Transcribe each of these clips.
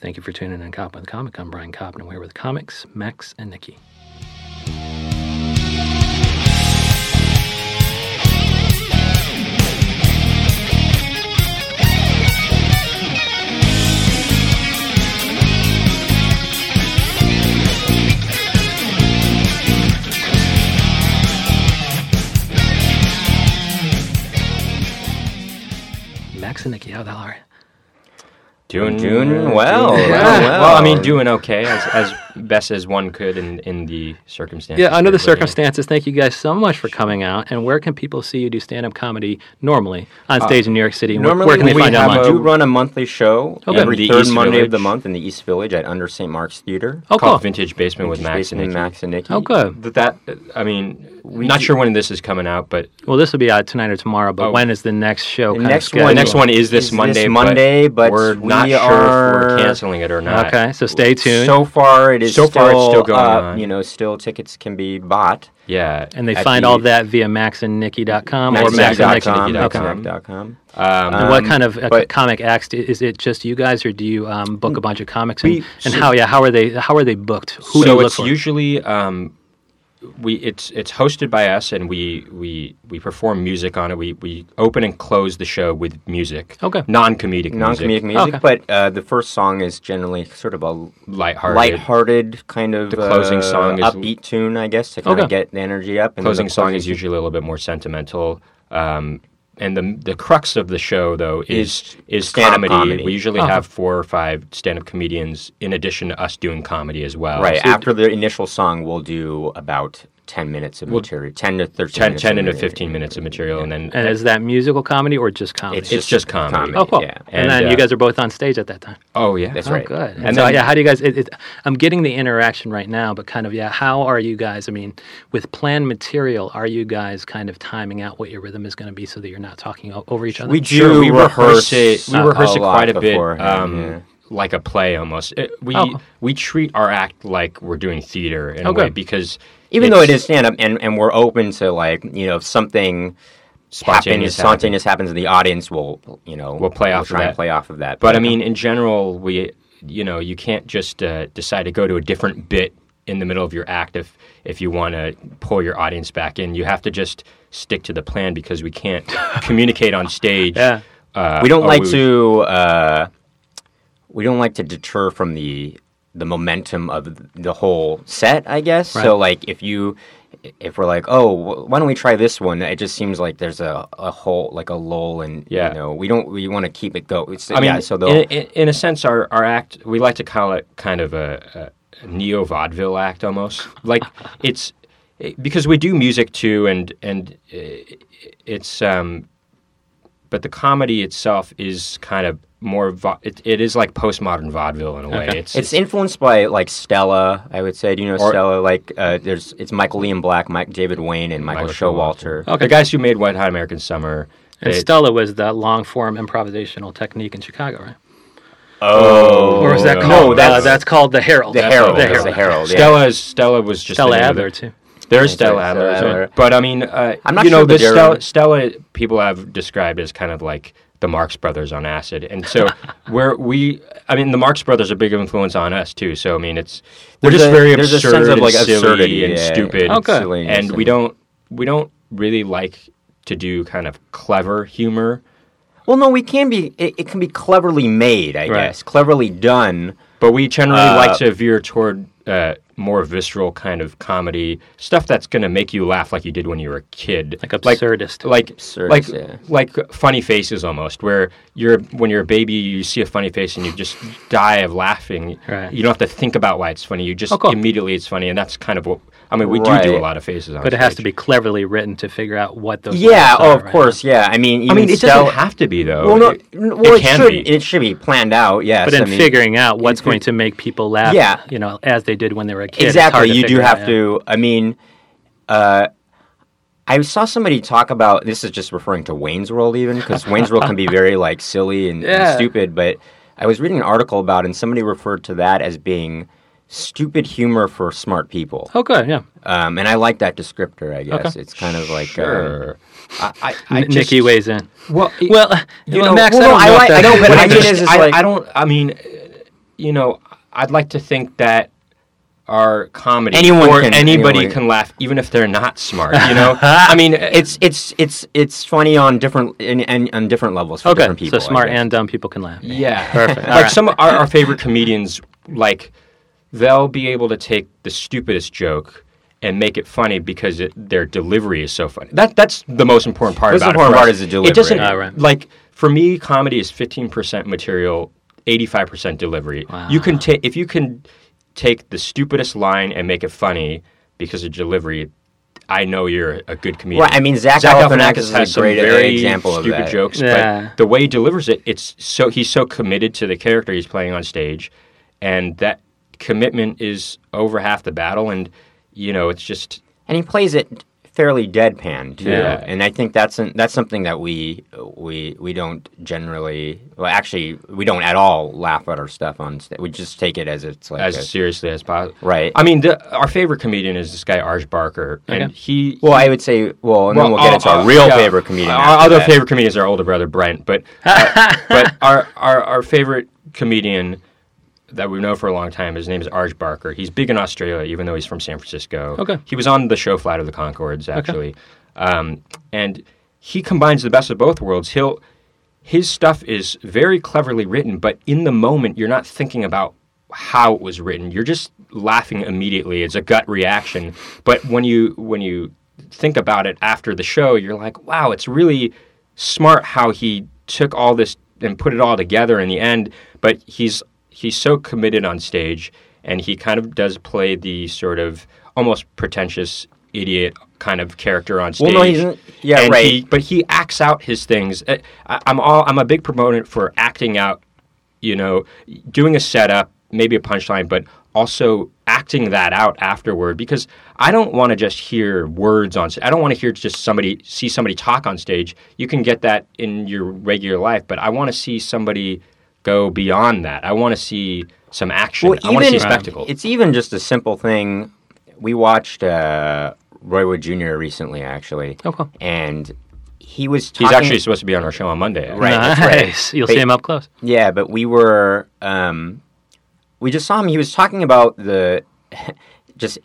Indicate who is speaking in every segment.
Speaker 1: Thank you for tuning in, Cop with Comic. I'm Brian Cop, and we're here with comics, Max, and Nikki. Max and Nikki, how the hell are you?
Speaker 2: Doing, doing well.
Speaker 3: doing
Speaker 2: well.
Speaker 3: well.
Speaker 2: Well, I mean, doing okay as, as best as one could in, in the circumstances.
Speaker 1: Yeah, under
Speaker 2: we're
Speaker 1: the
Speaker 2: living in.
Speaker 1: circumstances, thank you guys so much for coming out. And where can people see you do stand up comedy normally on stage in New York City? and Where,
Speaker 3: Normally,
Speaker 1: where can they
Speaker 3: we
Speaker 1: find you
Speaker 3: have
Speaker 1: online?
Speaker 3: a- do run a monthly show
Speaker 1: Okay.
Speaker 3: every
Speaker 2: The
Speaker 3: third
Speaker 2: East
Speaker 3: Monday of the
Speaker 2: Village.
Speaker 3: month in the East Village at Under St. Mark's Theater.
Speaker 1: oh,
Speaker 2: Called
Speaker 1: cool.
Speaker 2: Vintage Basement with Max
Speaker 3: Jason
Speaker 2: and Nikki.
Speaker 3: Max and Nikki.
Speaker 1: Oh, good.
Speaker 2: That, that I mean, not sure when this is coming out, but
Speaker 1: Well, this will be out tonight or tomorrow, but
Speaker 2: Oh.
Speaker 1: when is the next show?
Speaker 3: The
Speaker 1: kind
Speaker 3: next
Speaker 1: of
Speaker 3: one-
Speaker 2: the next one is this
Speaker 3: Is this
Speaker 2: Monday.
Speaker 3: Monday, but
Speaker 2: we're
Speaker 3: we
Speaker 2: not sure if
Speaker 3: are-
Speaker 2: we're canceling it or not.
Speaker 1: Okay, so stay tuned.
Speaker 3: So far, it is
Speaker 2: So
Speaker 3: still,
Speaker 2: far, it's still going
Speaker 3: up,
Speaker 2: on.
Speaker 3: You know, still tickets can be bought.
Speaker 2: Yeah,
Speaker 1: and they
Speaker 2: at
Speaker 1: find
Speaker 2: the-
Speaker 1: all that via maxandnikki.com or
Speaker 2: Max and
Speaker 1: Max and
Speaker 2: Nikki.
Speaker 1: Nikki.
Speaker 3: maxandnicky.com,
Speaker 2: Max and
Speaker 1: Okay.
Speaker 2: Nikki.
Speaker 3: maxandnicky.com.
Speaker 2: Um,
Speaker 1: And what kind of uh,
Speaker 3: but-
Speaker 1: comic acts do- is it? Just you guys, or do you um, book a bunch of comics? And,
Speaker 3: We-
Speaker 1: and
Speaker 3: so-
Speaker 1: how? Yeah, how are they? How are they booked? Who do
Speaker 2: so
Speaker 1: you look
Speaker 2: it's
Speaker 1: for?
Speaker 2: usually um, we it's it's hosted by us, and we we we perform music on it. We we open and close the show with music.
Speaker 1: Okay.
Speaker 2: non-comedic,
Speaker 3: Non-comedic
Speaker 2: music,
Speaker 3: music,
Speaker 1: Okay.
Speaker 3: but uh, the first song is generally sort of a
Speaker 2: lighthearted.
Speaker 3: lighthearted kind of
Speaker 2: The closing
Speaker 3: uh,
Speaker 2: song is-
Speaker 3: upbeat tune, I guess, to kind
Speaker 1: Okay.
Speaker 3: of get the energy up. And then
Speaker 2: closing
Speaker 3: the
Speaker 2: song is usually a little bit more sentimental. Um, and the the crux of the show though is is,
Speaker 3: stand-up
Speaker 2: comedy.
Speaker 3: comedy.
Speaker 2: We usually
Speaker 1: Uh-huh.
Speaker 2: have four or five stand-up comedians in addition to us doing comedy as well.
Speaker 3: right
Speaker 2: So
Speaker 3: after the initial song. We'll do about ten minutes of material, ten to thirteen,
Speaker 2: 10,
Speaker 3: minutes
Speaker 2: 10
Speaker 3: of
Speaker 2: into
Speaker 3: material.
Speaker 2: 15 minutes of material and then
Speaker 1: and is that musical comedy or just comedy?
Speaker 3: It's
Speaker 2: it's just comedy.
Speaker 1: oh, cool.
Speaker 3: yeah.
Speaker 1: And,
Speaker 2: And,
Speaker 1: then you
Speaker 2: uh,
Speaker 1: guys are both on stage at that time.
Speaker 2: oh yeah.
Speaker 3: That's
Speaker 1: Oh,
Speaker 3: right.
Speaker 1: good. And,
Speaker 2: And
Speaker 1: so,
Speaker 2: then-
Speaker 1: yeah, how do you guys? It, it, I'm getting the interaction right now, but kind of, yeah, how are you guys? I mean, with planned material, are you guys kind of timing out what your rhythm is going to be so that you're not talking o- over each other?
Speaker 3: We do
Speaker 2: we rehearse
Speaker 3: rehearse
Speaker 2: it. We
Speaker 3: a-
Speaker 2: rehearse
Speaker 3: a
Speaker 2: it quite
Speaker 3: lot
Speaker 2: a bit,
Speaker 3: beforehand,
Speaker 2: um,
Speaker 3: yeah.
Speaker 2: like a play almost. It- we
Speaker 1: Oh.
Speaker 2: we treat our act like we're doing theater in
Speaker 1: Oh,
Speaker 2: a way
Speaker 1: good.
Speaker 2: because
Speaker 3: even though it
Speaker 2: it's
Speaker 3: is stand up, and and we're open to like you know if something happens,
Speaker 2: spontaneous. happen.
Speaker 3: spontaneous happens in the audience, we'll you know
Speaker 2: We'll play off of
Speaker 3: try
Speaker 2: that.
Speaker 3: and play off of that.
Speaker 2: But I mean, in general, we you know you can't just uh, decide to go to a different bit in the middle of your act if if you want to pull your audience back in. You have to just stick to the plan because we can't communicate on stage.
Speaker 1: Yeah.
Speaker 2: uh,
Speaker 3: we don't
Speaker 2: oh,
Speaker 3: like
Speaker 2: we-
Speaker 3: to uh, we don't like to deter from the the momentum of the whole set i guess so like if you if we're like oh wh- why don't we try this one it just seems like there's a, a whole like a lull and
Speaker 2: Yeah.
Speaker 3: you know we don't we want to keep it go it's,
Speaker 2: I mean,
Speaker 3: yeah, so they'll
Speaker 2: in, in, in a sense, our, our act we like to call it kind of a, a neo vaudeville act almost. Like it's it- because we do music too, and and uh, it's um, but the comedy itself is kind of more. Va- it, it is like postmodern vaudeville in a way. It's,
Speaker 3: It's influenced by like Stella, I would say. Do you know
Speaker 2: Or-
Speaker 3: Stella? Like, uh, there's it's Michael Liam Black, Mike David Wayne, and Michael,
Speaker 2: Michael
Speaker 3: Showalter.
Speaker 2: the guys who made White Hot American Summer.
Speaker 1: and
Speaker 2: they-
Speaker 1: Stella was that long form improvisational technique in Chicago, right?
Speaker 3: Oh,
Speaker 1: Or was that
Speaker 2: no,
Speaker 1: called? uh,
Speaker 3: that's-
Speaker 1: that's called the Herald.
Speaker 3: the
Speaker 1: That's
Speaker 3: Herald?
Speaker 1: The
Speaker 3: it's
Speaker 1: Herald.
Speaker 3: The Herald. yeah.
Speaker 2: Stella is Stella was just
Speaker 1: Stella
Speaker 2: the name of the-
Speaker 1: Adler too.
Speaker 2: There's Stella
Speaker 3: right,
Speaker 2: Adler,
Speaker 3: Stella
Speaker 2: isn't it?
Speaker 3: Adler.
Speaker 2: but I mean, uh,
Speaker 3: I'm not
Speaker 2: you know,
Speaker 3: sure that
Speaker 2: the
Speaker 3: they're-
Speaker 2: Stella, Stella people have described as kind of like the Marx Brothers on acid, and so where we, I mean, the Marx Brothers are big influence on us too. So I mean, it's we're
Speaker 3: There's
Speaker 2: just
Speaker 3: a-
Speaker 2: very
Speaker 3: there's a
Speaker 2: absurd
Speaker 3: sense of,
Speaker 2: and
Speaker 3: like,
Speaker 2: silly
Speaker 3: absurdity,
Speaker 2: and
Speaker 3: yeah,
Speaker 2: stupid,
Speaker 3: and
Speaker 1: Okay.
Speaker 3: silliness
Speaker 2: and we
Speaker 3: and-
Speaker 2: don't we don't really like to do kind of clever humor.
Speaker 3: Well, no, we can be. It, it can be cleverly made, I
Speaker 1: Right.
Speaker 3: guess, cleverly done.
Speaker 2: But we generally
Speaker 3: Uh,
Speaker 2: like to veer toward uh, more visceral kind of comedy stuff that's going to make you laugh like you did when you were a kid,
Speaker 1: Like absurdist.
Speaker 2: like
Speaker 3: Absurdist,
Speaker 2: like
Speaker 3: yeah.
Speaker 2: like funny faces almost. Where you're when you're a baby, you see a funny face and you just die of laughing.
Speaker 1: Right.
Speaker 2: You don't have to think about why it's funny. You just
Speaker 1: Oh, cool.
Speaker 2: immediately it's funny, and that's kind of what I mean. We do do a
Speaker 3: Right.
Speaker 2: lot of faces, on
Speaker 1: but it has to
Speaker 2: stage.
Speaker 1: be cleverly written to figure out what those.
Speaker 3: Yeah.
Speaker 1: laughs
Speaker 3: Oh,
Speaker 1: are,
Speaker 3: of
Speaker 1: right?
Speaker 3: course. Yeah. I mean, even
Speaker 2: I mean, it
Speaker 3: Stella.
Speaker 2: doesn't have to be though.
Speaker 3: well, no.
Speaker 2: It-
Speaker 3: n- well, it,
Speaker 2: can
Speaker 3: should.
Speaker 2: be.
Speaker 3: It should be planned out. Yes.
Speaker 1: But in
Speaker 3: I mean,
Speaker 1: figuring out what's
Speaker 3: it-
Speaker 1: going to make people laugh,
Speaker 3: Yeah.
Speaker 1: you know, as they did when they were a kid. it's hard
Speaker 3: exactly,
Speaker 1: to
Speaker 3: you do
Speaker 1: figure out,
Speaker 3: have
Speaker 1: yeah.
Speaker 3: to. I mean, uh, I saw somebody talk about this is just referring to Wayne's World, even because Wayne's World can be very like silly and, and
Speaker 1: Yeah.
Speaker 3: stupid. But I was reading an article about, it, and somebody referred to that as being stupid humor for smart people.
Speaker 1: Oh, good. Yeah.
Speaker 3: Um, and I like that descriptor. I guess it's kind of like um,
Speaker 2: Sure. uh, I, I, I
Speaker 1: N- Nikki
Speaker 2: just-
Speaker 1: weighs in.
Speaker 2: Well, it-
Speaker 1: Well, well, Max,
Speaker 3: well, no,
Speaker 1: I
Speaker 3: I
Speaker 1: don't know if
Speaker 3: like- I
Speaker 1: that's-
Speaker 3: know, but
Speaker 2: But
Speaker 3: I
Speaker 2: I,
Speaker 3: mean,
Speaker 2: just,
Speaker 3: it's just
Speaker 2: I,
Speaker 3: like-
Speaker 2: I don't. I mean, you know, I'd like to think that our comedy
Speaker 3: Anyone
Speaker 2: or
Speaker 3: can-
Speaker 2: anybody
Speaker 3: anyone-
Speaker 2: can laugh, even if they're not smart. You know, I mean, it's
Speaker 3: It's it's it's it's funny on different and, and on different levels for
Speaker 1: Okay,
Speaker 3: different people.
Speaker 1: so
Speaker 3: I
Speaker 1: smart
Speaker 3: guess.
Speaker 1: and dumb people can laugh.
Speaker 2: yeah,
Speaker 1: Perfect. All
Speaker 2: like
Speaker 1: right.
Speaker 2: some of our, our favorite comedians, like they'll be able to take the stupidest joke and make it funny because it, their delivery is so funny. That that's the most important part.
Speaker 3: That's the
Speaker 2: about it
Speaker 3: important
Speaker 2: for
Speaker 3: part
Speaker 2: us.
Speaker 3: is the delivery.
Speaker 2: It doesn't
Speaker 1: Ah, right.
Speaker 2: like for me, comedy is fifteen percent material, eighty five percent delivery. You can take if you can take the stupidest line and make it funny because of delivery. I know you're a good comedian.
Speaker 3: Well, I mean, Zach Galifianakis is a
Speaker 2: has some
Speaker 3: great
Speaker 2: very
Speaker 3: example of
Speaker 2: stupid
Speaker 3: that.
Speaker 2: jokes,
Speaker 1: Yeah.
Speaker 2: but the way he delivers it, it's so he's so committed to the character he's playing on stage, and that commitment is over half the battle. And you know, it's just
Speaker 3: and he plays it fairly deadpan too.
Speaker 2: Yeah.
Speaker 3: And I think that's an, that's something that we we we don't generally well actually we don't at all laugh at our stuff on sta- we just take it as it's like
Speaker 2: as
Speaker 3: a-
Speaker 2: seriously as possible.
Speaker 3: Right.
Speaker 2: I mean, the, our favorite comedian is this guy Arj Barker, and
Speaker 1: Okay.
Speaker 2: he.
Speaker 3: well I would say well and then we'll get
Speaker 2: oh,
Speaker 3: into our
Speaker 2: oh,
Speaker 3: real
Speaker 2: yeah.
Speaker 3: favorite comedian.
Speaker 2: Our
Speaker 3: after
Speaker 2: other
Speaker 3: that.
Speaker 2: favorite comedian is our older brother Brent, but uh, but our, our our favorite comedian that we've known for a long time, his name is Arj Barker. He's big in Australia, even though he's from San Francisco.
Speaker 1: Okay.
Speaker 2: he was on the show Flight of the Concords actually, um, and he combines the best of both worlds. He'll his stuff is very cleverly written, but in the moment, you're not thinking about how it was written. You're just laughing immediately. It's a gut reaction. But when you when you think about it after the show, you're like, wow, it's really smart how he took all this and put it all together in the end. But he's he's so committed on stage, and he kind of does play the sort of almost pretentious idiot kind of character on
Speaker 3: Well,
Speaker 2: stage.
Speaker 3: no, he's not- yeah,
Speaker 2: And
Speaker 3: right.
Speaker 2: he- but he acts out his things. Uh, I, I'm all I'm a big proponent for acting out, you know, doing a setup, maybe a punchline, but also acting that out afterward because I don't want to just hear words on stage. I don't want to hear just somebody see somebody talk on stage. You can get that in your regular life, but I want to see somebody go beyond that. I want to see some action. uh, I want to see spectacle.
Speaker 3: It's even just a simple thing. We watched uh, Roy Wood Jr. recently, actually.
Speaker 1: Okay.
Speaker 3: And he was talking.
Speaker 2: He's actually supposed to be on our show on Monday.
Speaker 3: Right, that's right.
Speaker 1: nice. You'll
Speaker 3: But-
Speaker 1: see him up close.
Speaker 3: Yeah, but we were. Um, we just saw him. He was talking about the. Just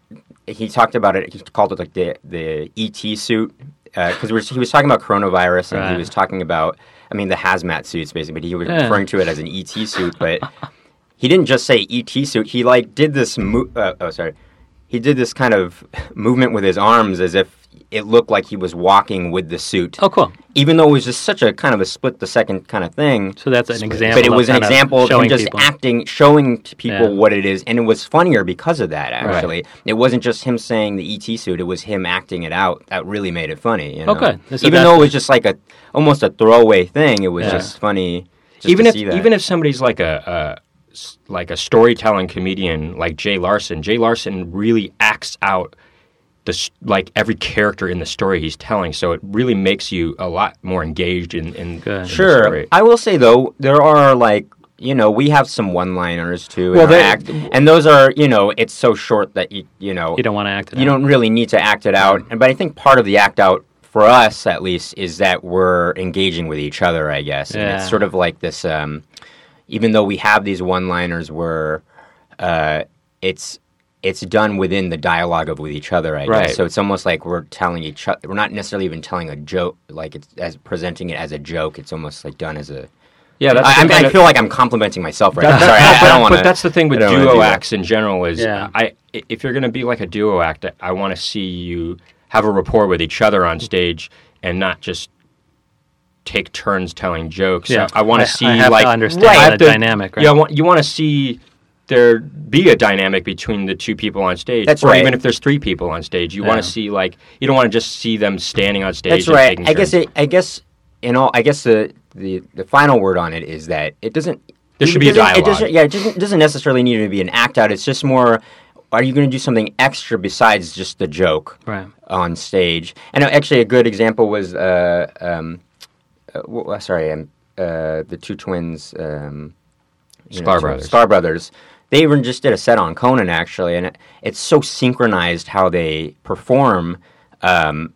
Speaker 3: he talked about it. He called it like the the ET suit because we're he was talking about coronavirus and he
Speaker 1: Right.
Speaker 3: was talking about. I mean the hazmat suits basically. But he was
Speaker 1: Yeah.
Speaker 3: referring to it as an ET suit, but he didn't just say ET suit. He like did this. Mo- uh, oh, sorry. He did this kind of movement with his arms as if it looked like he was walking with the suit.
Speaker 1: Oh, cool.
Speaker 3: Even though it was just such a kind of a split the second kind of thing.
Speaker 1: So that's an example.
Speaker 3: But it
Speaker 1: of
Speaker 3: was an
Speaker 1: kind of
Speaker 3: example of him
Speaker 1: showing
Speaker 3: just
Speaker 1: people.
Speaker 3: acting, showing to people
Speaker 1: Yeah.
Speaker 3: what it is, and it was funnier because of that. Actually, it wasn't just him saying the ET suit; it was him acting it out. That really made it funny. You know?
Speaker 1: Okay. So
Speaker 3: even
Speaker 1: that-
Speaker 3: though it was just like a almost a throwaway thing, it was
Speaker 1: Yeah.
Speaker 3: just funny. Just
Speaker 2: even
Speaker 3: to
Speaker 2: if
Speaker 3: see that.
Speaker 2: even if somebody's like a, a s- like a storytelling comedian like Jay Larson, Jay Larson really acts out the s- like every character in the story he's telling, so it really makes you a lot more engaged in in,
Speaker 1: Good.
Speaker 2: in The
Speaker 3: Sure.
Speaker 2: story.
Speaker 3: I will say though, there are like you know we have some one-liners too.
Speaker 2: Well,
Speaker 3: in our
Speaker 2: they-
Speaker 3: act, and those are you know it's so short that you you know
Speaker 1: You don't want to act. It
Speaker 3: you
Speaker 1: out.
Speaker 3: don't really need to act it out. And But I think part of the act out for us, at least, is that we're engaging with each other. I guess, and
Speaker 1: Yeah.
Speaker 3: it's sort of like this. Um, even though we have these one-liners, where uh, it's it's done within the dialogue of with each other. I
Speaker 2: Right.
Speaker 3: guess. So it's almost like we're telling each other. We're not necessarily even telling a joke. Like it's as presenting it as a joke. It's almost like done as a.
Speaker 2: Yeah, that's
Speaker 3: I,
Speaker 2: the
Speaker 3: I,
Speaker 2: kind
Speaker 3: I
Speaker 2: of-
Speaker 3: feel like I'm complimenting myself right
Speaker 2: That-
Speaker 3: now. Sorry, I, I don't want
Speaker 2: But that's the thing with
Speaker 3: I don't wanna do
Speaker 2: duo
Speaker 3: that.
Speaker 2: acts in general is
Speaker 1: Yeah.
Speaker 2: I if you're going to be like a duo act, I- I want to see you have a rapport with each other on stage and not just take turns telling jokes.
Speaker 1: Yeah.
Speaker 2: I, want
Speaker 1: I-
Speaker 2: to see
Speaker 1: I have to
Speaker 2: like
Speaker 1: understand
Speaker 2: I have
Speaker 1: the dynamic, right?
Speaker 2: Yeah, I want, you want to see there be a dynamic between the two people on stage.
Speaker 3: That's
Speaker 2: or
Speaker 3: right.
Speaker 2: even if there's three people on stage, you
Speaker 1: Yeah.
Speaker 2: want to see like you don't want to just see them standing on stage.
Speaker 3: That's
Speaker 2: and
Speaker 3: right.
Speaker 2: taking
Speaker 3: I guess
Speaker 2: turns.
Speaker 3: it, I guess in all I guess the, the the final word on it is that it doesn't
Speaker 2: There
Speaker 3: it
Speaker 2: should be a
Speaker 3: doesn't- it
Speaker 2: dialogue.
Speaker 3: doesn't- yeah, it doesn't, doesn't necessarily need to be an act out. It's just more are you going to do something extra besides just the joke
Speaker 1: Right.
Speaker 3: on stage? And uh, actually a good example was uh, um, uh, w- uh, sorry, um, uh, the two twins um, you know,
Speaker 2: Star
Speaker 3: two-
Speaker 2: Brothers.
Speaker 3: Star Brothers. They even just did a set on Conan actually, and it, it's so synchronized how they perform. Um,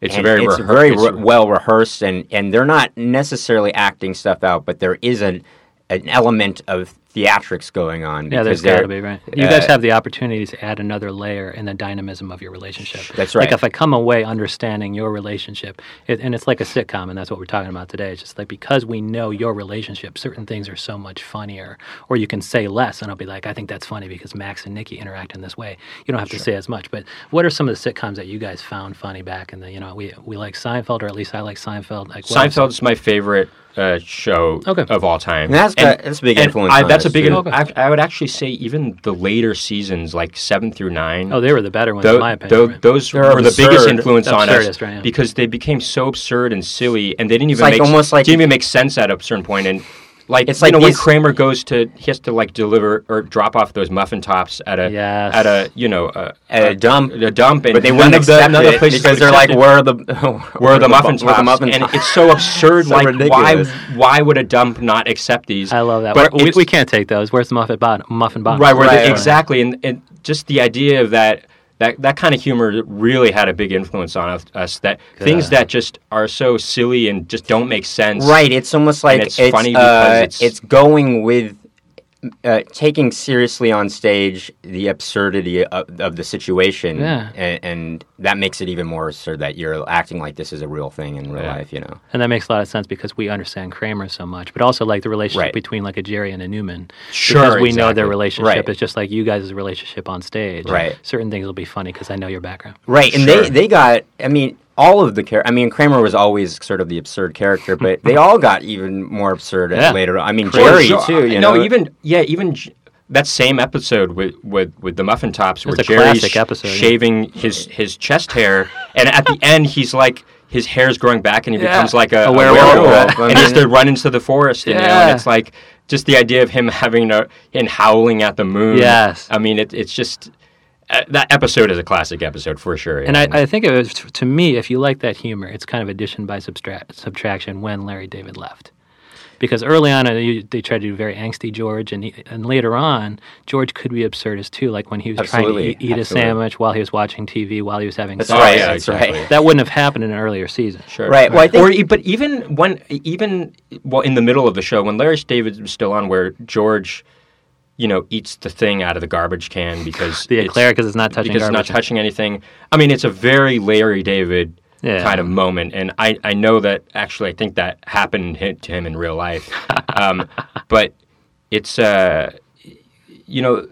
Speaker 2: it's
Speaker 3: and
Speaker 2: very
Speaker 3: it's
Speaker 2: rehe-
Speaker 3: very
Speaker 2: it's
Speaker 3: re- well rehearsed, and, and they're not necessarily acting stuff out, but there is an an element of theatrics going on.
Speaker 1: Yeah, there's
Speaker 3: because they're-
Speaker 1: got to be right. You
Speaker 3: uh,
Speaker 1: guys have the opportunity to add another layer in the dynamism of your relationship.
Speaker 3: That's
Speaker 1: Like
Speaker 3: right.
Speaker 1: if I come away understanding your relationship, it, and it's like a sitcom, and that's what we're talking about today. It's just like because we know your relationship, certain things are so much funnier, or you can say less, and I'll be like, I think that's funny because Max and Nikki interact in this way. You don't have to say as much. But what are some of the sitcoms that you guys found funny back in the? You know, we we like Seinfeld, or at least I like Seinfeld. Like what else?
Speaker 2: Seinfeld's my favorite uh, show
Speaker 1: Okay.
Speaker 2: of all time.
Speaker 3: And that's got- that's a big
Speaker 2: and
Speaker 3: influence
Speaker 2: I,
Speaker 3: on
Speaker 2: that's
Speaker 3: us,
Speaker 2: a big.
Speaker 3: too.
Speaker 2: inf- I, I would actually say even the later seasons, like seven through nine.
Speaker 1: Oh, they were the better ones,
Speaker 2: tho-
Speaker 1: in my opinion.
Speaker 2: tho-
Speaker 1: right?
Speaker 2: Those
Speaker 3: They're
Speaker 2: were the biggest
Speaker 3: absurd.
Speaker 2: influence on us
Speaker 1: Absurdist, right, yeah.
Speaker 2: because they became so absurd and silly, and they didn't even
Speaker 3: like
Speaker 2: make
Speaker 3: almost like-
Speaker 2: didn't even make sense at a certain point. And like
Speaker 3: It's
Speaker 2: you
Speaker 3: like
Speaker 2: know when
Speaker 3: these-
Speaker 2: Kramer goes to he has to like deliver or drop off those muffin tops at a
Speaker 1: Yes.
Speaker 2: at a you know uh, a,
Speaker 3: At a dump.
Speaker 2: a dump, and
Speaker 3: but they
Speaker 2: none
Speaker 3: wouldn't
Speaker 2: of the,
Speaker 3: accept
Speaker 2: none of the
Speaker 3: it
Speaker 2: places
Speaker 3: because
Speaker 2: would
Speaker 3: they're
Speaker 2: accept
Speaker 3: like,
Speaker 2: it.
Speaker 3: where are the
Speaker 2: Where are the muffin tops?
Speaker 3: Where are the muffin
Speaker 2: and
Speaker 3: tops?
Speaker 2: it's so absurd.
Speaker 3: So
Speaker 2: like
Speaker 3: ridiculous.
Speaker 2: why? Why would a dump not accept these?
Speaker 1: I love that.
Speaker 2: But
Speaker 1: we,
Speaker 2: it's-
Speaker 1: we can't take those. Where's the muffin bottom? Muffin bottom.
Speaker 2: Right, where
Speaker 3: Right,
Speaker 2: the-
Speaker 3: right.
Speaker 2: exactly, and, and just the idea of that that that kind of humor really had a big influence on us- us. That things that just are so silly and just don't make sense.
Speaker 3: Right. It's almost like
Speaker 2: it's
Speaker 3: it's,
Speaker 2: funny because
Speaker 3: uh,
Speaker 2: it's-
Speaker 3: it's going with uh, taking seriously on stage the absurdity of, of the situation,
Speaker 1: Yeah.
Speaker 3: and, and that makes it even more absurd that you're acting like this is a real thing in real
Speaker 2: Yeah.
Speaker 3: life. You know,
Speaker 1: And that makes a lot of sense because we understand Kramer so much, but also like the relationship
Speaker 3: Right.
Speaker 1: between like a Jerry and a Newman.
Speaker 2: Sure,
Speaker 1: Because we know their
Speaker 2: exactly.
Speaker 1: relationship.
Speaker 3: Right.
Speaker 1: It's just like you guys' relationship on stage.
Speaker 3: Right.
Speaker 1: Certain things will be funny because I know your background.
Speaker 3: right? And
Speaker 2: Sure.
Speaker 3: they they got. I mean. All of the characters. I mean, Kramer was always sort of the absurd character, but they all got even more absurd
Speaker 1: Yeah.
Speaker 3: later. on. I mean,
Speaker 2: Or
Speaker 3: Jerry
Speaker 2: Jo-
Speaker 3: too. You
Speaker 2: no,
Speaker 3: know,
Speaker 2: even yeah, even J- that same episode with with, with the muffin tops where
Speaker 1: It's a
Speaker 2: Jerry's
Speaker 1: classic episode, yeah.
Speaker 2: shaving his his chest hair, and at the end he's like. His hair's growing back, and he becomes like a,
Speaker 1: A werewolf.
Speaker 3: Werewolf, I
Speaker 2: and he has
Speaker 3: mean-
Speaker 2: to run into the forest. You know? And
Speaker 1: Yeah.
Speaker 2: it's like just the idea of him having a and howling at the moon.
Speaker 1: Yes.
Speaker 2: I mean it, it's just uh, that episode is a classic episode for sure.
Speaker 1: And I, I think it was, to me, if you like that humor, it's kind of addition by subtra- subtraction when Larry David left. Because early on, uh, you, they tried to do very angsty George, and, he, and later on, George could be absurdist too. Like when he was
Speaker 3: Absolutely,
Speaker 1: trying to eat, eat a
Speaker 3: absolutely.
Speaker 1: sandwich while he was watching TV, while he was having
Speaker 3: that's
Speaker 1: sex.
Speaker 2: Oh,
Speaker 3: right.
Speaker 2: yeah,
Speaker 3: that's
Speaker 2: exactly.
Speaker 3: right.
Speaker 1: That wouldn't have happened in an earlier season.
Speaker 2: Sure.
Speaker 3: Right, well, I think-
Speaker 2: or e- but even when even well in the middle of the show when Larry David was still on, where George, you know, eats the thing out of the garbage can because
Speaker 1: The
Speaker 2: it's-
Speaker 1: eclair because it's not touching
Speaker 2: because it's not
Speaker 1: garbage.
Speaker 2: touching anything. I mean, it's a very Larry David
Speaker 1: Yeah.
Speaker 2: kind of moment, and I I know that actually I think that happened hi- to him in real life, um, but it's uh, you know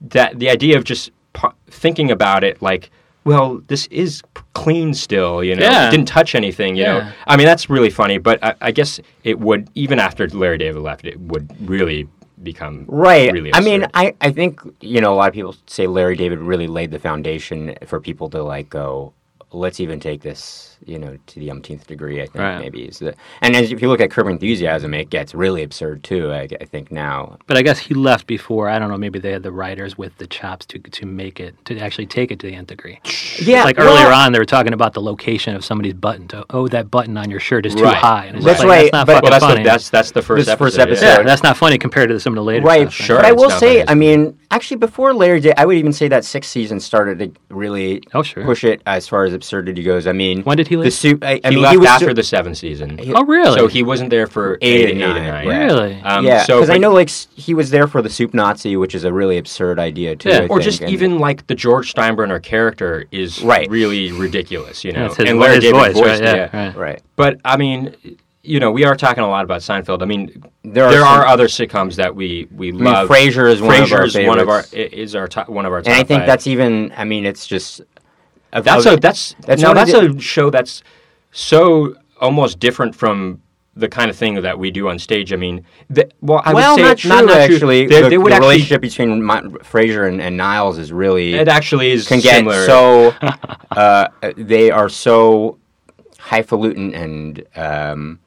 Speaker 2: that the idea of just par- thinking about it like well this is p- clean still you know
Speaker 1: Yeah.
Speaker 2: it didn't touch anything you
Speaker 1: Yeah.
Speaker 2: know i mean that's really funny but I, I guess it would even after larry david left it would really become
Speaker 3: Right.
Speaker 2: really
Speaker 3: I mean,
Speaker 2: absurd.
Speaker 3: I, I think, you know, a lot of people say Larry David really laid the foundation for people to like go, let's even take this, you know, to the umpteenth degree, I think
Speaker 1: Right.
Speaker 3: maybe is the and as if you look at Curb Your Enthusiasm, it gets really absurd too, I, I think now.
Speaker 1: But I guess he left before. I don't know. Maybe they had the writers with the chops to to make it to actually take it to the nth degree.
Speaker 3: Yeah.
Speaker 1: like earlier on, they were talking about the location of somebody's button. To, oh, that button on your shirt is too
Speaker 2: Right.
Speaker 1: high. And it's
Speaker 3: That's
Speaker 1: just like, That's
Speaker 3: right,
Speaker 1: not
Speaker 3: but-
Speaker 1: fucking
Speaker 2: well that's
Speaker 1: funny.
Speaker 2: the, that's that's the first
Speaker 3: This
Speaker 2: episode,
Speaker 3: first
Speaker 2: yeah.
Speaker 1: yeah,
Speaker 3: episode.
Speaker 1: that's not funny compared to some of the later.
Speaker 3: Right,
Speaker 1: stuff,
Speaker 2: sure.
Speaker 3: But I will
Speaker 2: it's not
Speaker 3: say,
Speaker 2: that
Speaker 3: I mean, actually, before Larry David, I would even say that sixth season started to really
Speaker 1: Oh, sure.
Speaker 3: push it as far as absurdity goes. I mean,
Speaker 1: When did he
Speaker 3: The
Speaker 1: leave?
Speaker 3: suit. I, I
Speaker 2: he
Speaker 3: mean,
Speaker 2: left
Speaker 3: he was
Speaker 2: after
Speaker 3: still-
Speaker 2: the seventh season
Speaker 1: Oh, really?
Speaker 2: so he wasn't there for eight,
Speaker 3: Eight
Speaker 2: and
Speaker 3: and
Speaker 2: eight and nine
Speaker 3: nine,
Speaker 2: yeah.
Speaker 1: really.
Speaker 2: um,
Speaker 3: yeah,
Speaker 2: so
Speaker 3: because I
Speaker 2: but-
Speaker 3: know like s- he was there for the soup Nazi, which is a really absurd idea too.
Speaker 1: Yeah,
Speaker 3: I
Speaker 2: or
Speaker 3: think,
Speaker 2: just
Speaker 3: and-
Speaker 2: even like the George Steinbrenner character is
Speaker 3: Right.
Speaker 2: really ridiculous, you know.
Speaker 1: That's his,
Speaker 2: and
Speaker 1: vo-
Speaker 2: Larry
Speaker 1: his
Speaker 2: David's
Speaker 1: voice, right? Yeah, right.
Speaker 3: right.
Speaker 2: But I mean, you know, we are talking a lot about Seinfeld. I mean, there
Speaker 3: There
Speaker 2: are,
Speaker 3: are some-
Speaker 2: other sitcoms that we we
Speaker 3: mean,
Speaker 2: love.
Speaker 3: Frasier is one of
Speaker 2: Frasier
Speaker 3: our
Speaker 2: is one of our
Speaker 3: favorites.
Speaker 2: i- is our top, one of our. Top
Speaker 3: And I think
Speaker 2: five.
Speaker 3: that's even. I mean, it's just. of-
Speaker 2: that's
Speaker 3: of-
Speaker 2: a that's
Speaker 3: Oh, that's
Speaker 2: now
Speaker 3: one of
Speaker 2: that's
Speaker 3: the-
Speaker 2: a show that's so almost different from. The kind of thing that we do on stage. I mean, the, well, I
Speaker 3: well,
Speaker 2: would say
Speaker 3: not
Speaker 2: it's
Speaker 3: true.
Speaker 2: not true.
Speaker 3: actually,
Speaker 2: They,
Speaker 3: the,
Speaker 2: they would
Speaker 3: the
Speaker 2: actually.
Speaker 3: relationship between my, Frasier and, and Niles is really
Speaker 2: It actually is
Speaker 3: can get
Speaker 2: similar.
Speaker 3: so. uh, they are so highfalutin and um,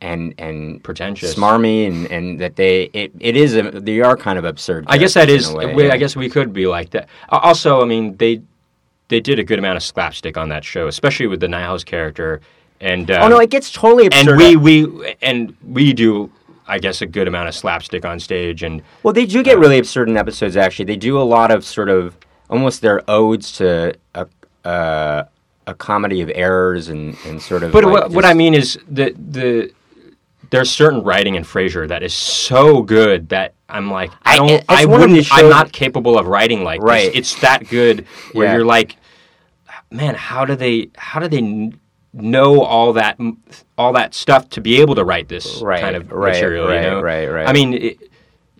Speaker 3: and and
Speaker 2: Pretentious.
Speaker 3: smarmy, and, and that they it, it is a, they are kind of absurd.
Speaker 2: I guess that
Speaker 3: characters
Speaker 2: is.
Speaker 3: in a way,
Speaker 2: we,
Speaker 3: yeah.
Speaker 2: I guess we could be like that. A- Also, I mean, they they did a good amount of slapstick on that show, especially with the Niles character. And um,
Speaker 3: Oh no, it gets totally absurd. Uh,
Speaker 2: and we we and we do, I guess, a good amount of slapstick on stage. And
Speaker 3: Well, they do get really absurd in episodes. Actually, they do a lot of sort of almost their odes to a uh, a comedy of errors and, and sort of.
Speaker 2: but
Speaker 3: like
Speaker 2: what, what
Speaker 3: just-
Speaker 2: I mean is the the. there's certain writing in Frasier that is so good that I'm like,
Speaker 3: I-
Speaker 2: I don't,
Speaker 3: it's
Speaker 2: I,
Speaker 3: one of the
Speaker 2: wouldn't,
Speaker 3: shows-
Speaker 2: I'm not capable of writing like
Speaker 3: Right.
Speaker 2: this. It's that good where
Speaker 3: Yeah.
Speaker 2: you're like, man, how do they, how do they kn- know all that, m- all that stuff to be able to write this
Speaker 3: Right,
Speaker 2: kind of
Speaker 3: right,
Speaker 2: material?
Speaker 3: right,
Speaker 2: you know?
Speaker 3: right, right.
Speaker 2: I mean, it,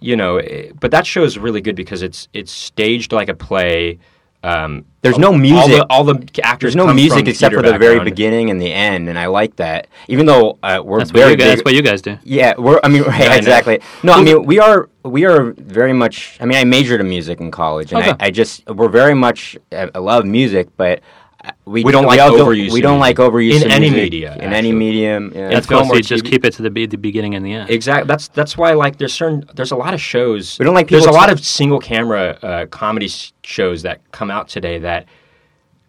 Speaker 2: you know, it, but that show is really good because it's it's staged like a play. Um,
Speaker 3: There's no
Speaker 2: all the-
Speaker 3: music.
Speaker 2: All the, actors.
Speaker 3: There's no
Speaker 2: come
Speaker 3: music
Speaker 2: from
Speaker 3: except for
Speaker 2: theater
Speaker 3: the very
Speaker 2: background.
Speaker 3: beginning and the end, and I like that. Even though uh, we're
Speaker 1: That's what,
Speaker 3: very
Speaker 1: you guys,
Speaker 3: big-
Speaker 1: that's what you guys do.
Speaker 3: Yeah, we're. I mean, right,
Speaker 2: I know.
Speaker 3: exactly. No, I mean, we are. We are very much. I mean, I majored in music in college, and
Speaker 1: Okay.
Speaker 3: I, I just we're very much. I, I love music, but uh, we,
Speaker 2: We don't like
Speaker 3: all
Speaker 2: overuse
Speaker 3: We
Speaker 2: of
Speaker 3: don't
Speaker 2: music.
Speaker 3: like overuse
Speaker 2: In
Speaker 3: of
Speaker 2: any
Speaker 3: music,
Speaker 2: media,
Speaker 3: in any
Speaker 2: actually.
Speaker 3: medium. Yeah.
Speaker 1: That's
Speaker 2: film
Speaker 1: cool. So
Speaker 2: or
Speaker 1: you just
Speaker 2: TV.
Speaker 1: keep it to the, be- the beginning and the end.
Speaker 2: Exactly. That's that's why like there's certain there's a lot of shows.
Speaker 3: We don't like
Speaker 2: There's
Speaker 3: people
Speaker 2: a lot
Speaker 3: to-
Speaker 2: of single camera uh, comedy s- shows that come out today that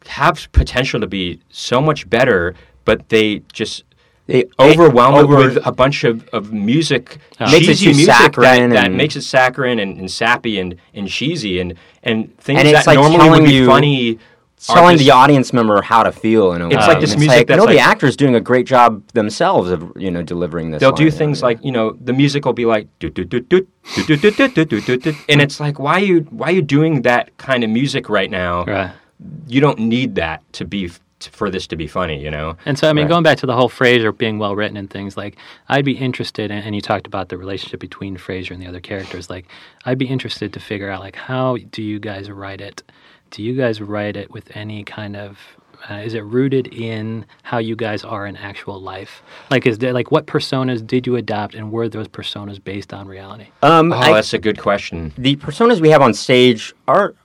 Speaker 2: have potential to be so much better, but they just
Speaker 3: They-
Speaker 2: overwhelm it
Speaker 3: over-
Speaker 2: with a bunch of, of music,
Speaker 3: Makes it
Speaker 2: cheesy
Speaker 3: too
Speaker 2: music
Speaker 3: saccharine
Speaker 2: that, that
Speaker 3: and-
Speaker 2: makes it saccharine and, and sappy and, and cheesy and, and things
Speaker 3: And it's
Speaker 2: that
Speaker 3: like
Speaker 2: normally
Speaker 3: telling
Speaker 2: would be
Speaker 3: you-
Speaker 2: funny.
Speaker 3: It's
Speaker 2: are
Speaker 3: telling
Speaker 2: just-
Speaker 3: the audience member how to feel in a way.
Speaker 2: like
Speaker 3: And
Speaker 2: this music that's
Speaker 3: no, the
Speaker 2: like-
Speaker 3: actor's doing a great job themselves of you know delivering this.
Speaker 2: they'll do
Speaker 3: line.
Speaker 2: things like you know the music will be like do do do do do do do do do do do do and it's like why are you why are you doing that kind of music right now
Speaker 1: Right.
Speaker 2: you don't need that to be f- to, for this to be funny you know
Speaker 1: And so, I mean, going back to the whole Frasier being well written and things like, I'd be interested, in, and you talked about the relationship between Frasier and the other characters. Like, I'd be interested to figure out like how do you guys write it? Do you guys write it with any kind of uh, is it rooted in how you guys are in actual life? Like, is there like what personas did you adopt, and were those personas based on reality?
Speaker 3: Um,
Speaker 2: oh
Speaker 3: I-
Speaker 2: that's a good question
Speaker 3: the personas we have on stage are,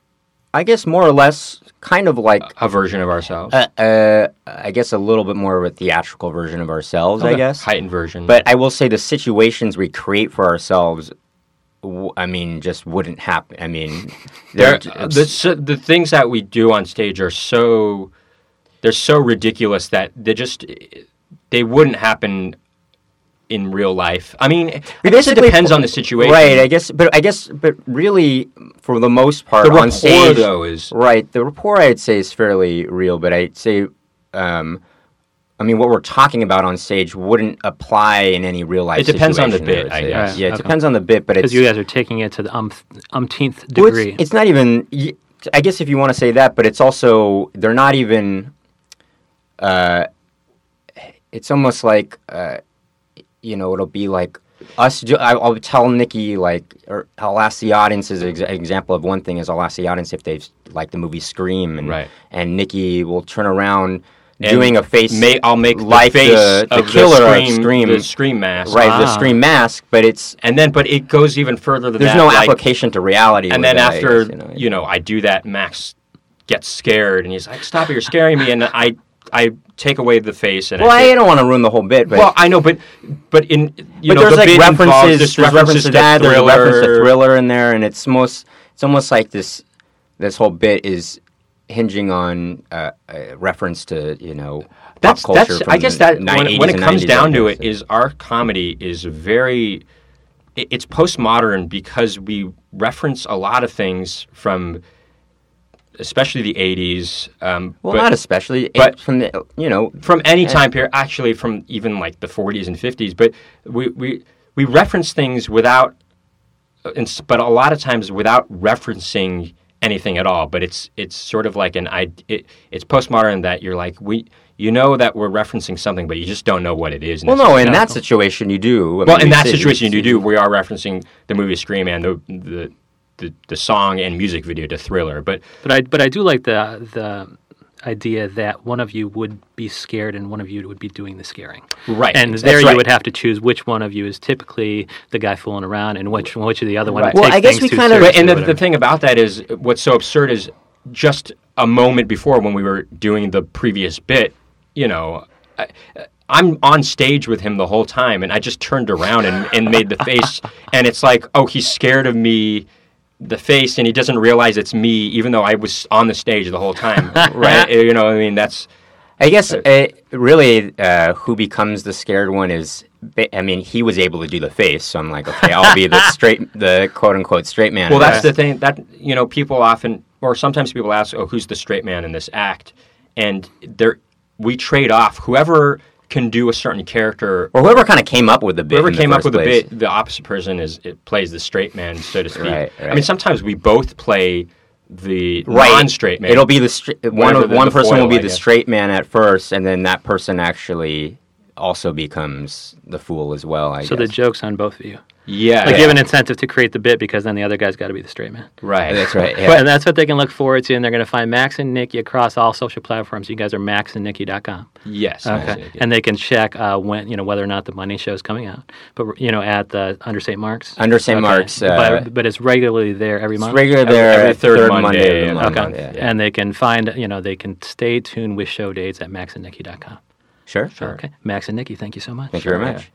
Speaker 3: I guess, more or less kind of like
Speaker 2: a version of ourselves
Speaker 3: uh, I guess a little bit more of a theatrical version of ourselves, I guess.
Speaker 2: heightened version
Speaker 3: But I will say the situations we create for ourselves, w- I mean, just wouldn't happen. I mean,
Speaker 2: there uh,
Speaker 3: they're j-
Speaker 2: the, s- the things that we do on stage are so they're so ridiculous that they just they wouldn't happen in real life i mean I guess it
Speaker 3: basically-
Speaker 2: depends on the situation
Speaker 3: right. I guess, but I guess, but really, for the most part,
Speaker 2: the
Speaker 3: on
Speaker 2: rapport
Speaker 3: stage,
Speaker 2: though is
Speaker 3: right? The rapport I'd say is fairly real, but I'd say, um, I mean, what we're talking about on stage wouldn't apply in any real life.
Speaker 2: It depends on the bit,
Speaker 3: situation, would
Speaker 2: I
Speaker 3: say.
Speaker 2: guess.
Speaker 3: Yeah, it
Speaker 1: Right, okay.
Speaker 3: depends on the bit, but
Speaker 1: Because
Speaker 3: it's
Speaker 1: you guys are taking it to the umph, umpteenth
Speaker 3: Well,
Speaker 1: degree.
Speaker 3: It's, it's not even. y- I guess if you want to say that, but it's also they're not even. Uh, it's almost like, uh, you know, it'll be like us. Do, I, I'll tell Nikki like, or I'll ask the audience. As an ex- example of one thing is, I'll ask the audience if they've liked the movie Scream, and
Speaker 2: Right.
Speaker 3: and Nikki will turn around.
Speaker 2: And
Speaker 3: doing a face,
Speaker 2: May, I'll make
Speaker 3: like
Speaker 2: the face
Speaker 3: the, the
Speaker 2: of
Speaker 3: killer
Speaker 2: the scream,
Speaker 3: of Scream,
Speaker 2: the scream mask,
Speaker 3: right? The
Speaker 1: Ah.
Speaker 3: Scream mask, but it's
Speaker 2: And then, but it goes even further than
Speaker 3: there's
Speaker 2: that.
Speaker 3: no
Speaker 2: like-
Speaker 3: application to reality.
Speaker 2: And
Speaker 3: with
Speaker 2: then
Speaker 3: it, I
Speaker 2: after
Speaker 3: guess, you know,
Speaker 2: you know, I do that. Max gets scared, and he's like, "Stop it! You're scaring me!" And I, I take away the face, and
Speaker 3: Well,
Speaker 2: I
Speaker 3: I
Speaker 2: do-
Speaker 3: don't want to ruin the whole bit, but
Speaker 2: well, I know, but but in you
Speaker 3: but
Speaker 2: know,
Speaker 3: there's
Speaker 2: the
Speaker 3: like
Speaker 2: bit involves-
Speaker 3: references,
Speaker 2: there's
Speaker 3: references to that, there's a
Speaker 2: thriller,
Speaker 3: reference to thriller in there, and it's most it's almost like this this whole bit is hinging on uh, a reference to you know
Speaker 2: That's
Speaker 3: pop culture.
Speaker 2: that's.
Speaker 3: from
Speaker 2: I guess
Speaker 3: the
Speaker 2: that when,
Speaker 3: 90s
Speaker 2: when it
Speaker 3: and
Speaker 2: comes
Speaker 3: 90s,
Speaker 2: down
Speaker 3: I
Speaker 2: to
Speaker 3: guess.
Speaker 2: it, is our comedy is very, i- it's postmodern because we reference a lot of things from, especially the '80s. Um,
Speaker 3: well,
Speaker 2: but-
Speaker 3: not especially,
Speaker 2: but-
Speaker 3: but from the you know
Speaker 2: from any time period, actually from even like the 40s and 50s, but we, we, we reference things without, and s- but a lot of times without referencing anything at all. But it's, it's sort of like an, id- it, it's postmodern that you're like, we, you know that we're referencing something, but you just don't know what it is.
Speaker 3: well, no, in
Speaker 2: necessarily.
Speaker 3: that situation you do. I
Speaker 2: well,
Speaker 3: mean,
Speaker 2: in
Speaker 3: you
Speaker 2: that
Speaker 3: see-
Speaker 2: situation, you
Speaker 3: see-
Speaker 2: do. We are referencing the movie Scream and the, the, the, the song and music video to Thriller, but
Speaker 1: But I but I do like the the idea that one of you would be scared and one of you would be doing the scaring.
Speaker 2: Right,
Speaker 1: And
Speaker 2: that's
Speaker 1: there you
Speaker 2: right.
Speaker 1: would have to choose which one of you is typically the guy fooling around and which which of the other one
Speaker 2: Right.
Speaker 1: would
Speaker 3: Well,
Speaker 1: take
Speaker 3: I guess
Speaker 1: things
Speaker 3: we
Speaker 1: too
Speaker 3: kind of-
Speaker 1: seriously.
Speaker 2: and
Speaker 1: or
Speaker 2: the,
Speaker 1: whatever.
Speaker 2: the thing about that is what's so absurd is just a moment before when we were doing the previous bit you know I, i'm on stage with him the whole time and i just turned around and, and made the face and it's like oh he's scared of me the face and he doesn't realize it's me even though i was on the stage the whole time right you know i mean that's
Speaker 3: I guess uh, really, uh, who becomes the scared one is. ba- I mean, he was able to do the face, so I'm like, okay, I'll be the straight, the quote unquote straight man.
Speaker 2: Well,
Speaker 3: in
Speaker 2: that's
Speaker 3: this.
Speaker 2: the thing that you know people often, or sometimes people ask, "Oh, who's the straight man in this act?" And there, we trade off whoever can do a certain character
Speaker 3: or whoever kind of came up with the bit.
Speaker 2: Whoever
Speaker 3: in the
Speaker 2: came up
Speaker 3: first
Speaker 2: with
Speaker 3: place.
Speaker 2: a bit, the opposite person is it plays the straight man, so to speak.
Speaker 3: Right,
Speaker 2: I mean,
Speaker 3: right.
Speaker 2: sometimes we both play the
Speaker 3: Right.
Speaker 2: non-straight man.
Speaker 3: It'll be the str- one.
Speaker 2: Whatever the-
Speaker 3: one
Speaker 2: the
Speaker 3: person
Speaker 2: foil,
Speaker 3: will be
Speaker 2: I
Speaker 3: the
Speaker 2: guess.
Speaker 3: straight man at first, and then that person actually also becomes the fool as well. I
Speaker 1: So the
Speaker 3: guess.
Speaker 1: joke's on both of you.
Speaker 2: yeah,
Speaker 1: Like
Speaker 2: yeah.
Speaker 1: give an incentive to create the bit because then the other guy's got to be the straight man.
Speaker 2: right.
Speaker 3: that's right. Yeah.
Speaker 1: And that's what they can look forward to. And they're going to find Max and Nikki across all social platforms. You guys are maxandnikki.com.
Speaker 2: Yes.
Speaker 1: Okay. And they can check uh, when you know whether or not the money show is coming out. But you know, at the under St. Mark's.
Speaker 3: Under St. Mark's, uh,
Speaker 1: but, but it's regularly there every
Speaker 3: it's
Speaker 1: month.
Speaker 3: regular there
Speaker 2: every
Speaker 3: at
Speaker 2: third
Speaker 3: third
Speaker 2: Monday
Speaker 3: Monday of the
Speaker 2: and-
Speaker 3: month.
Speaker 2: okay.
Speaker 3: yeah.
Speaker 2: Yeah.
Speaker 1: And they can find you know they can stay tuned with show dates at maxandnikki.com.
Speaker 3: Sure, sure.
Speaker 1: Okay. Max and Nikki, thank you so much.
Speaker 3: Thank you very
Speaker 2: Sure,
Speaker 3: much.